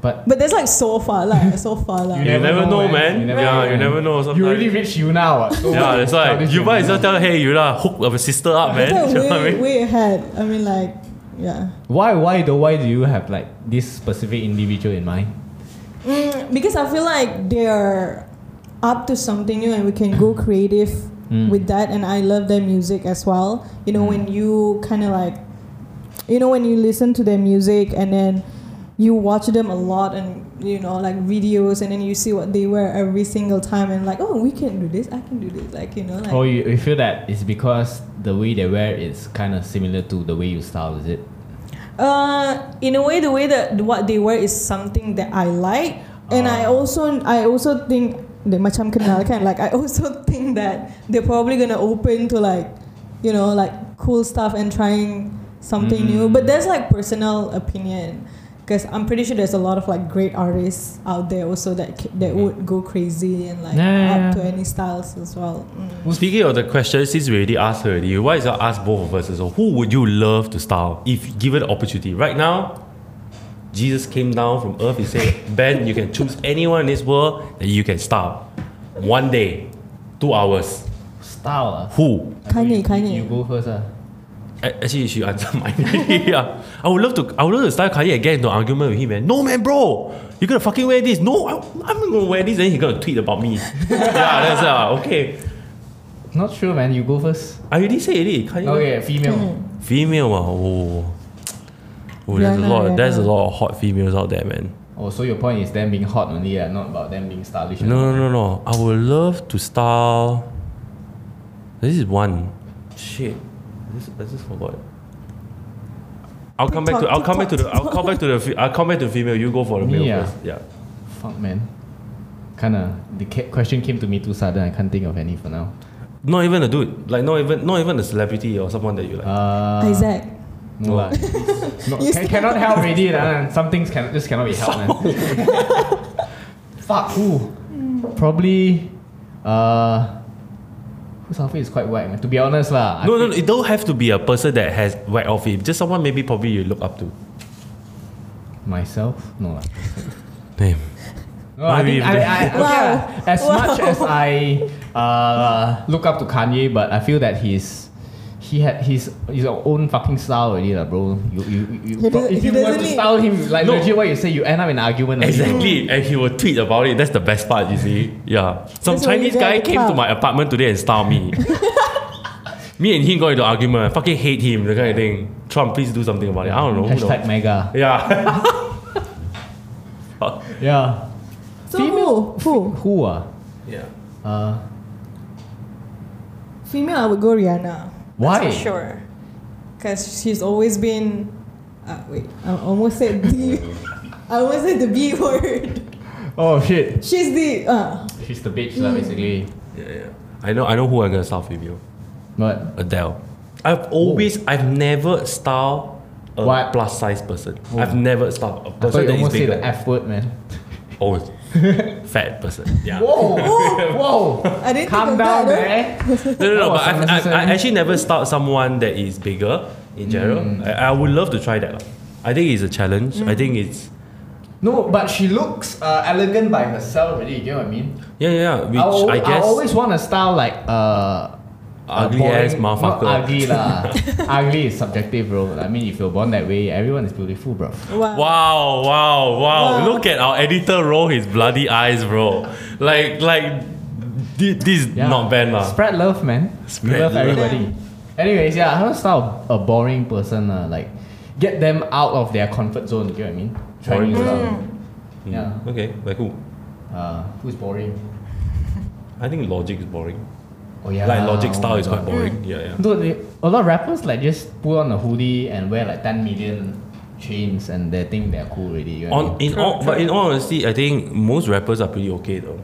But But there's like so far, like so far, like. You never know, man. You Yeah, you never know. You Sometimes- already reached you now. what? Oh, So Yeah, that's why. childish You might as you well tell her, hey, you're not hook of a sister up, man. It's You know like what I way, mean? way ahead. I mean, like, yeah. Why, why though? Why do you have like this specific individual in mind? Mm, because I feel like they're up to something new and we can go creative Mm. with that. And I love their music as well. You know, Mm. when you kind of like, you know, when you listen to their music and then you watch them a lot and, you know, like videos and then you see what they wear every single time and like, oh, we can do this. I can do this. Like, you know, like. Or you, you feel that it's because the way they wear is kind of similar to the way you style, is it? Uh, in a way, the way that what they wear is something that I like, and I Ah. also I also think that macam kenal kan, like I also think that they're probably gonna open to like, you know, like cool stuff and trying something new. Mm. But that's like personal opinion, because I'm pretty sure there's a lot of like great artists out there also that c- that would go crazy and like Yeah, yeah, up yeah. to any styles as well. Mm. Speaking of the question, since we already asked her already, why is not ask both of us as well? Who would you love to style if given the opportunity? Right now, Jesus came down from earth. He said, Ben, you can choose anyone in this world that you can style. One day, two hours. Style. Who? ah. I think you- Kanye, Kanye. You go first. ah. A- Actually, she answered mine. yeah. I would love to I would love to style Kanye and get into an argument with him, man. No man, bro, you're gonna fucking wear this. No, I, I'm not gonna wear this, and he's gonna tweet about me. yeah, that's uh, okay. Not sure, man. You go first. I already said already. Kanye Okay, female. Mm. Female, ah, oh, oh, there's a Rihanna, lot. There's a Rihanna. lot of hot females out there, man. Oh, so your point is them being hot only, ah, not about them being stylish. and No, all. no, no, no. I would love to style. This is one. Shit, I just, I just forgot. I'll come back to. I'll come back to the. I'll come back to the. fe- I'll come back to the female. You go for the Me, male ah. first. Yeah. Fuck, man. Kinda. The ca- question came to me too sudden. I can't think of any for now. Not even a dude. Like not even not even a celebrity or someone that you like. Uh, Isaac. No, lah. no You can, still- cannot help already. lah. Some things can, just cannot be helped. Man. Fuck. Who? Probably. Uh, whose outfit is quite whack, man? To be honest, lah. I no, no, feel- no. It don't have to be a person that has white outfit. Just someone maybe probably you look up to. Myself? No, lah. Damn. No, I Maybe think I, I, okay, if they- Wow. lah. as Wow. much as I uh, look up to Kanye, but I feel that he's he had his his own fucking style already, lah, bro. You, you, you, He doesn't- if he you want doesn't to need- style him like No. legit, what you say, you end up in an argument. already, bro. Exactly, and he will tweet about it. That's the best part, you see. Yeah, some That's what Chinese we did at guy the came to club. my apartment today and styled me. me and him got into argument. I fucking hate him. The kind of thing. Trump, please do something about it. I don't know. who Hashtag knows? mega. Yeah. Yeah. So Female- who? Who? Who ah? yeah. Uh, Female, I would go Rihanna. That's Why? for sure. because she's always been. Uh, wait, I almost said the. I almost said the B word. Oh shit. She's the. Uh, She's the bitch lah, basically. Yeah, yeah. I know. I know who I'm gonna style with you. But Adele. I've always. I've never styled a What? plus size person. Oh. I've never styled a I thought person you that is almost say bigger. the F word, man. oh, fat person. Yeah. Whoa! Whoa! I didn't Calm think of down, that. eh? man. No, no, no. Oh, but I've, I've, unnecessary. I actually never styled someone that is bigger in general. Mm. I, I would love to try that. lah. I think it's a challenge. I think it's No, but she looks uh, elegant by herself already, you get what I mean? yeah, yeah. yeah, Which al- i guess always want a style like uh, Ugly ass motherfucker. Not ugly lah. ugly is subjective, bro. I mean, if you're born that way, everyone is beautiful, bro. Wow. Wow, wow, wow, Wow. Look at our editor roll his bloody eyes, bro. Like, like, thi- this is Yeah. not bad, lah. Spread love, man. Spread we love, love. everybody. Anyways, yeah, I want to style a boring person, uh, like get them out of their comfort zone. You get what I mean? Try Boring new person. stuff. Mm. Yeah. Okay, like who? Uh, who's boring? I think logic is boring. Oh yeah, like, logic style oh is my quite God. boring. Yeah, yeah. Dude, they- a lot of rappers like just put on a hoodie and wear like ten million chains, and they think they're cool already. You know what I On mean? in all, but in all honesty, I think most rappers are pretty okay though,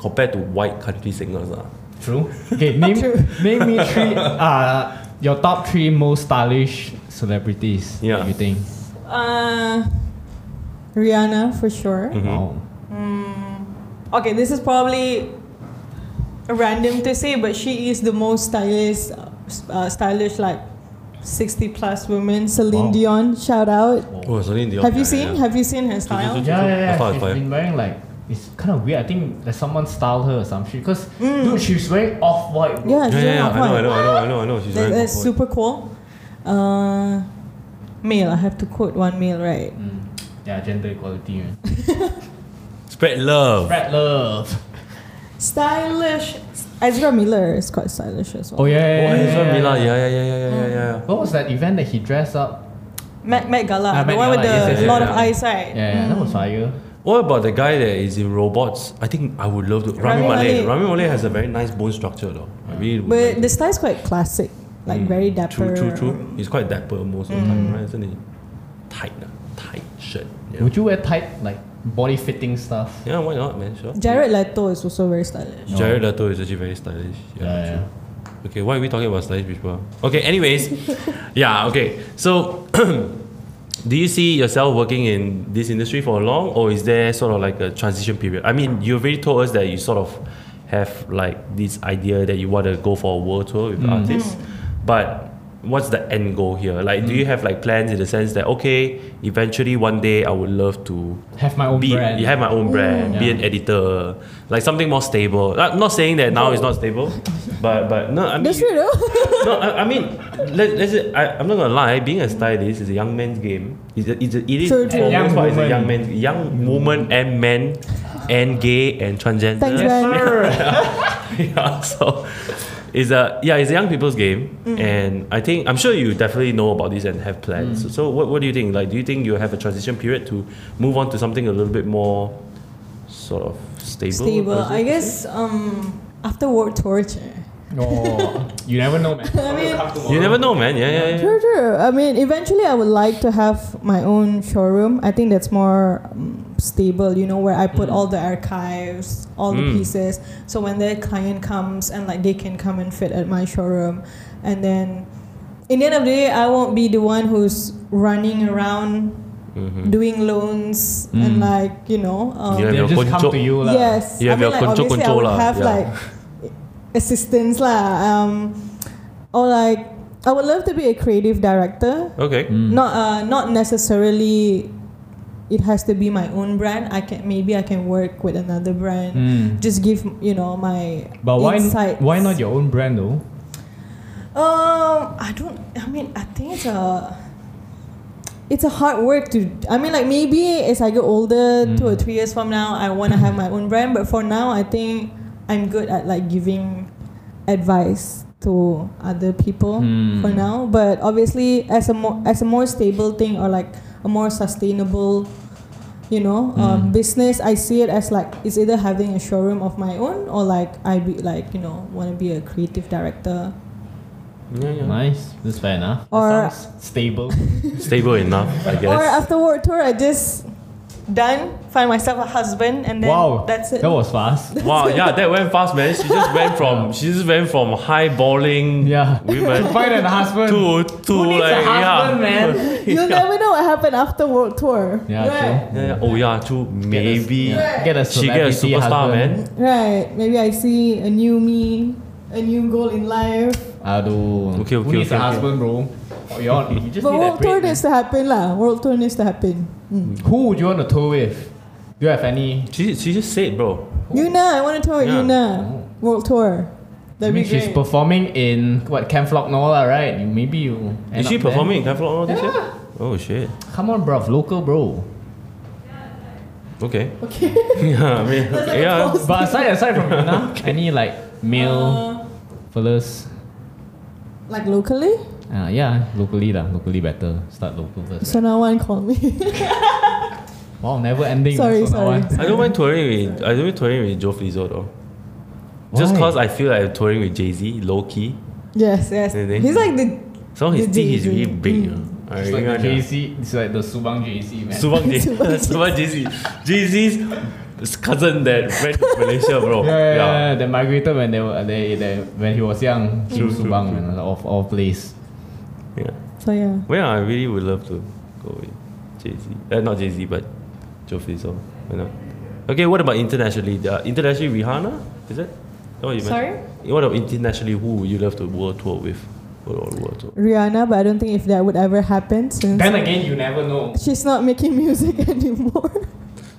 compared to white country singers, lah. True. Okay, name True. name me three uh your top three most stylish celebrities. Yeah. that You think? Uh, Rihanna for sure. Mhm. Wow. Okay, this is probably random to say, but she is the most stylish, uh, stylish like sixty plus women. Celine Wow. Dion, shout out. Oh, Celine Dion. Have you Yeah, seen? yeah. Have you seen her style? True, Yeah, true. yeah, I thought yeah. it's She's fire. been wearing like it's kind of weird. I think that someone styled her or some shit. Cause dude, she was wearing off white. Mm. Yeah, Yeah, she's yeah, doing yeah. I up know, I one. know, I know, I know, I know. She's That- very that's good. super cool. Uh, male, I have to quote one male, right? Yeah, gender equality. Man. Spread love. Spread love. Stylish. Ezra Miller is quite stylish as well. Oh yeah. yeah, Oh, yeah, Ezra yeah, Miller. yeah. Yeah, yeah, yeah, yeah, yeah, yeah. yeah. What was that event that he dressed up? Met, Met Gala, Ah, the Met one with Gala, the yes, yes, lot yes, of yeah. eyes, right? Yeah, yeah that Mm. was fire. What about the guy that is in robots? I think I would love to. Rami Rami Malek. Malek. Rami Malek has a very nice bone structure, though. I really would like But to- the style's quite classic, like Mm. very dapper. Mm. True, true, true. He's quite dapper most of the time, right? Isn't he? Tight, uh, tight shirt. Yeah. Would you wear tight like body fitting stuff? yeah, why not, man? Sure. Jared Leto is also very stylish. No. Jared Leto is actually very stylish. Yeah, true. Okay, why are we talking about stylish people? Okay, anyways, yeah, okay. So, do you see yourself working in this industry for long, or is there sort of like a transition period? I mean, you've already told us that you sort of have like this idea that you want to go for a world tour with artists, but what's the end goal here? Like, do you have like plans in the sense that okay, eventually one day I would love to Have my own be, brand. you have my own brand, be an editor, like something more stable. Not, not saying that now it's not stable, but but no, I mean, That's true, though. no, I, I mean, let, let's say, I, I'm not gonna lie. Being a stylist is a young man's game. It's a, it's a, it is True, for true. the Young most part, it's a woman. young man, young woman and men, and gay and transgender. Thanks, Yes, Right. sir. yeah, so it's a yeah, it's a young people's game, Mm-hmm. and I think I'm sure you definitely know about this and have plans. Mm-hmm. So, what, what do you think? Like, do you think you have a transition period to move on to something a little bit more sort of stable? Stable. is it? I guess um, after World Torture. oh, you never know, man. I mean, you never know, man. Yeah, yeah, yeah. True, true. I mean, eventually, I would like to have my own showroom. I think that's more um, stable, you know, where I put all the archives, all Mm. the pieces. So when their client comes and like they can come and fit at my showroom, and then in the end of the day, I won't be the one who's running around Mhm. doing loans and Mm. like you know. Um, Yeah, They'll your just come poncho. to you, lah. Yes. You I have mean, your like, control, obviously, control I lah, would have yeah. like assistants lah. Um, or like I would love to be a creative director. Okay. Mm. Not uh, not necessarily. It has to be my own brand. I can maybe I can work with another brand. Hmm. Mm. Just give you know my. But why insights. why not your own brand though? Um, I don't. I mean, I think it's a. It's a hard work to. I mean, like maybe as I get older, two or three years from now, I want to have my own brand. But for now, I think I'm good at like giving advice to other people for now. But obviously, as a more as a more stable thing or like a more sustainable, you know, um, business, I see it as like it's either having a showroom of my own or like I be like you know want to be a creative director Yeah, yeah. Nice. That's fair enough. That Or- sounds stable. Stable enough, I Or guess. after work tour, I just done, find myself a husband, and then wow. that's it. That was fast. Wow, yeah, that went fast, man. She just went from she just went from high balling Yeah. women Find an husband. to to Who needs a like husband, yeah. man? You'll never know what happened after world tour. Yeah, right. yeah, yeah. Oh yeah, true. Get a- Maybe yeah, Get a she get a celebrity superstar, husband. man. Right. Maybe I see a new me, a new goal in life. Aduh. Okay, Who okay, needs a okay, okay. husband, bro? Oh, you, all, you just but need that world tour break. needs to happen, lah. World tour needs to happen. Mm. Who would you want to tour with? Do you have any? She she just said, bro. Yuna, I want to tour with Yeah. Yuna. World I tour. That'd mean, Mm. be great. she's performing in what Camp Flock Nola, right? You- Maybe you. end Is she up there. performing in Keflon this year? Oh shit. Come on, bruv, local, bro. Okay. okay. yeah, I mean, That's like a yeah. pause. But aside aside from Yuna, any like male Uh, fellas? like locally? Uh, yeah, locally lah. Locally better. Start local first. So no one called me. Wow, never ending. Sorry, this one, sorry. that one. I don't mind touring with I don't mind touring with Joe Flizzo though. Just Why? cause I feel like I'm touring with Jay Z, low key. yes, yes. And then- He's like the So his The teeth is Jay-Z. really big. you know. I It's really Mm. like the wanna- JC. It's like the Subang JC man. Subang Jay Subang Jay-Z. Subang Jay Z. Jay Z's cousin that went to Malaysia, bro. Yeah, yeah, yeah, They migrated when they were they, they when he was young. to True, true, Subang, man, true. of all place. Yeah. So yeah. Well, I really would love to go with Jay Z. Uh, not Jay Z, but Joe Flizzo. Why not? Okay, what about internationally? Uh, internationally, Rihanna? Is it? Oh, you Sorry? mentioned- What about internationally? Who would you love to world tour with? World, world tour. Rihanna, but I don't think if that would ever happen since Then again, you never know. she's not making music anymore.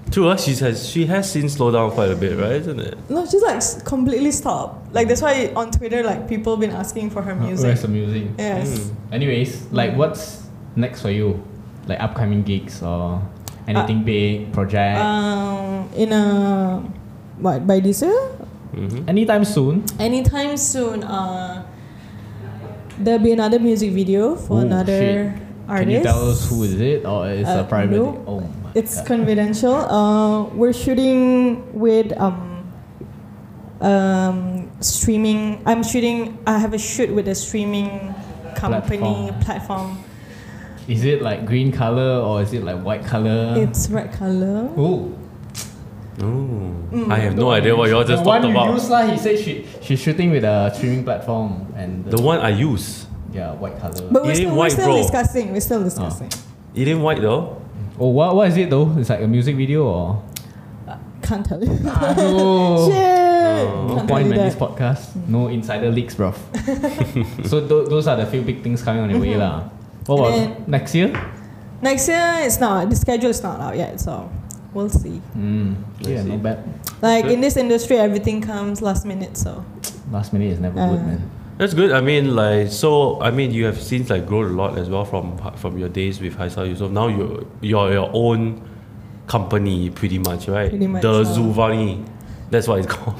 True, uh, she has she has since slowed down quite a bit, right? Isn't it? No, she's like s- completely stopped. Like that's why on Twitter, like people been asking for her music. Where's the music? Yes. Mm. Anyways, like what's next for you? Like upcoming gigs or anything big project? Uh, Um, in a what by this year? hmm Anytime soon. Anytime soon. Uh, there'll be another music video for Oh, another artist. Can you tell us who is it or is Uh, a private? no. Oh my It's god. confidential. Uh, we're shooting with um, um, streaming. I'm shooting. I have a shoot with a streaming company Platform. platform. is it like green color or is it like white color? It's red color. Ooh. Oh, I have no idea what you all just the talked one about. You used, lah, he said she, she's shooting with a streaming platform and the, The one I use. yeah white color. It But we're ain't still, we're white, still bro. discussing. We're still discussing. It ain't white though. oh, what what is it though? It's like a music video or? Can't tell you. Aduh. No No Shit. Can't Oh, point tell you in this that. podcast. No insider leaks, bro. so tho- those are the few big things coming on your way, lah. What Mm-hmm. And about next year? Next year, it's not. The schedule is not out yet, so we'll see. Mm, Let's yeah, see. not bad. Like Good. in this industry, everything comes last minute. So Last minute is never good, Uh. man. That's good. I mean, like, so I mean, you have since like grown a lot as well from from your days with Haisal Yusof. Now you're you're your own company, pretty much, right? Pretty much, the yeah. Zuvani. That's what it's called.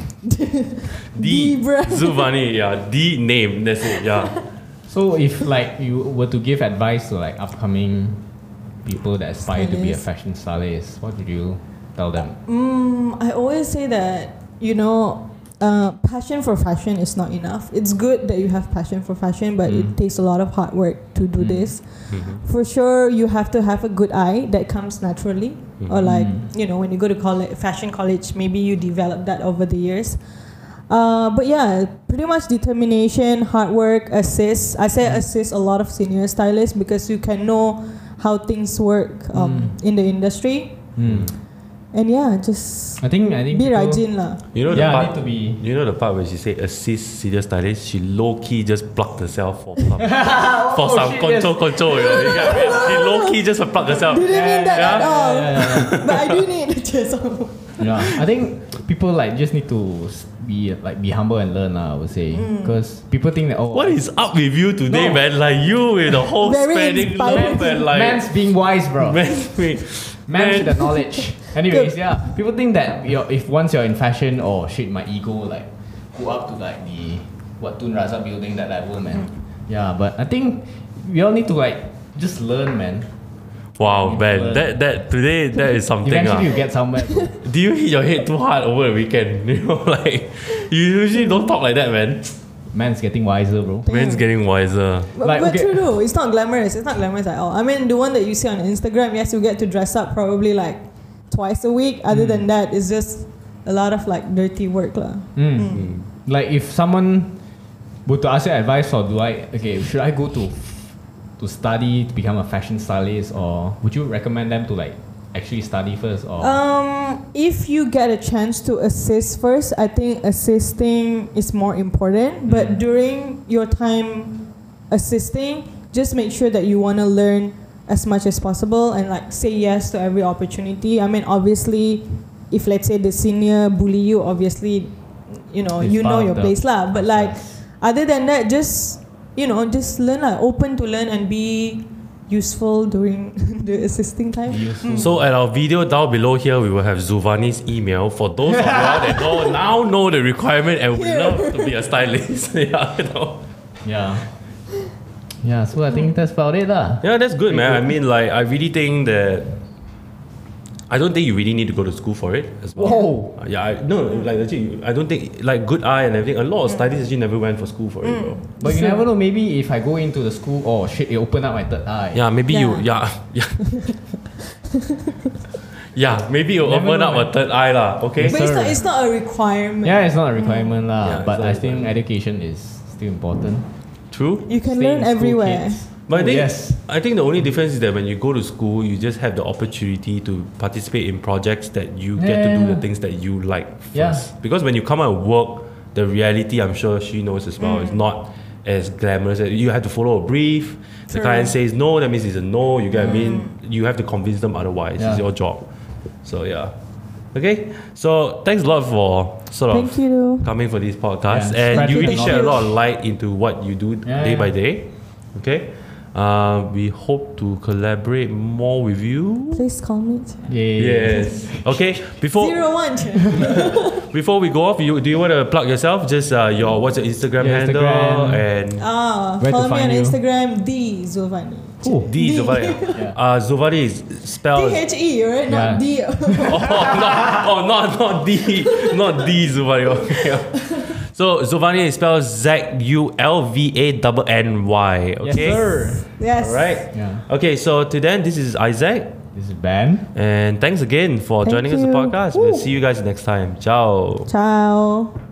The brand. Zuvani. Yeah, the name. That's it. Yeah. So if like you were to give advice to like upcoming people that aspire to be a Stylist. fashion stylist, what would you tell them? Mm, I always say that, you know, uh, passion for fashion is not enough. It's good that you have passion for fashion, but it takes a lot of hard work to do this. For sure, you have to have a good eye that comes naturally. Or, like, you know, when you go to college, fashion college, maybe you develop that over the years. Uh, but yeah, pretty much determination, hard work, assist. I say assist a lot of senior stylists because you can know how things work um, in the industry. Hmm. Hmm. And yeah, just I think I think be people- rajin lah. You know yeah, I the part. need to be You know the part where she said assist serious stylist. She low key just plucked herself for some, for Oh, shit, some yes. control control. You know? You get me? she low key just plucked herself. Didn't mean that yeah, at all. Oh, yeah, yeah, but I do need the chest on. yeah. I think people like just need to s- be like be humble and learn. lah, I would say because people think that oh What is up with you today, No. man? Like you with the whole Very spanning inspiring. love and like man's being wise, bro. man, wait, Man with the knowledge. Anyways, Good. yeah. People think that you're, if once you're in fashion, oh shit, my ego like go up to like the what Tun Raza building that level, man. Mm. Yeah, but I think we all need to like just learn, man. Wow, learn. man, that that today that is something. Eventually, you Ah. get somewhere. bro. Do you hit your head too hard over the weekend? You know, like you usually don't talk like that, man. Man's getting wiser, bro. Man's getting wiser. But, Like, but okay. true though, it's not glamorous. It's not glamorous at all. I mean, the one that you see on Instagram, yes, you get to dress up probably like twice a week. Other Hmm. than that, it's just a lot of like dirty work, lah. Mm. Hmm. Like if someone were to ask you advice or do I okay, should I go to to study to become a fashion stylist or would you recommend them to like actually study first or Um, if you get a chance to assist first, I think assisting is more important. But Mhm. during your time assisting, just make sure that you want to learn as much as possible and like say yes to every opportunity. I mean, obviously, if let's say the senior bully you, obviously, you know, It's you know part of your the place lah. But like, process? other than that, just you know, just learn lah. Open to learn and be useful during the assisting time. Useful. So at our video down below here, we will have Zuvani's email for those of you that know, now know the requirement and would love to be a stylist. yeah, you know. Yeah. Yeah, so I think that's about it lah. yeah, that's good, man. I mean, like, I really think that I don't think you really need to go to school for it as well. Whoa. Uh, Yeah, I, no, like actually, I don't think like good eye and everything. A lot of stylists actually never went for school for it, bro. But you never know, maybe if I go into the school, oh shit, it opened up my third eye. Yeah, maybe you. Yeah, yeah. yeah, maybe you Never open know, up a third eye, lah. Okay. But it's not, Sir. it's not a requirement. Yeah, it's not a requirement lah, Yeah, it's but not I a think education is still important. True. You can Stay in learn school, everywhere. kids. Oh, But I think, yes. I think the only difference is that when you go to school, you just have the opportunity to participate in projects that you Yeah, get to yeah, do yeah. the things that you like first. Yeah. Because when you come out and work, the reality I'm sure she knows as well Mm. is not as glamorous. as- You have to follow a brief. The True. client says no, that means it's a no. You get what I mean? You have to convince them otherwise. It's Yeah. your job. So yeah. Okay. So thanks a lot for sort of Thank you. coming for this podcast, Yeah, and spread you the really shed a knowledge. lot of light into what you do Yeah, day by yeah. day. Okay, uh, we hope to collaborate more with you. Please call me. Yes. Okay. Before Zero one. before we go off, you do you want to plug yourself? Just uh, your what's your Instagram Your handle Instagram. and Ah, Where to follow me on find you? Instagram, D Zovani. Ooh. D Zovari. Yeah. Uh, Zovari is Uh, D spelled. H E, right? Not D. Oh, not, oh, not not D, not D Zuvani. Okay. So Zuvani is spelled Z U L V A double N Y. Okay. Yes, sir. yes. All right. Yeah. Okay, so to then, this is Isaac, This is Ben. and thanks again for Thank joining us the you. podcast. We'll Woo. see you guys next time. Ciao. Ciao.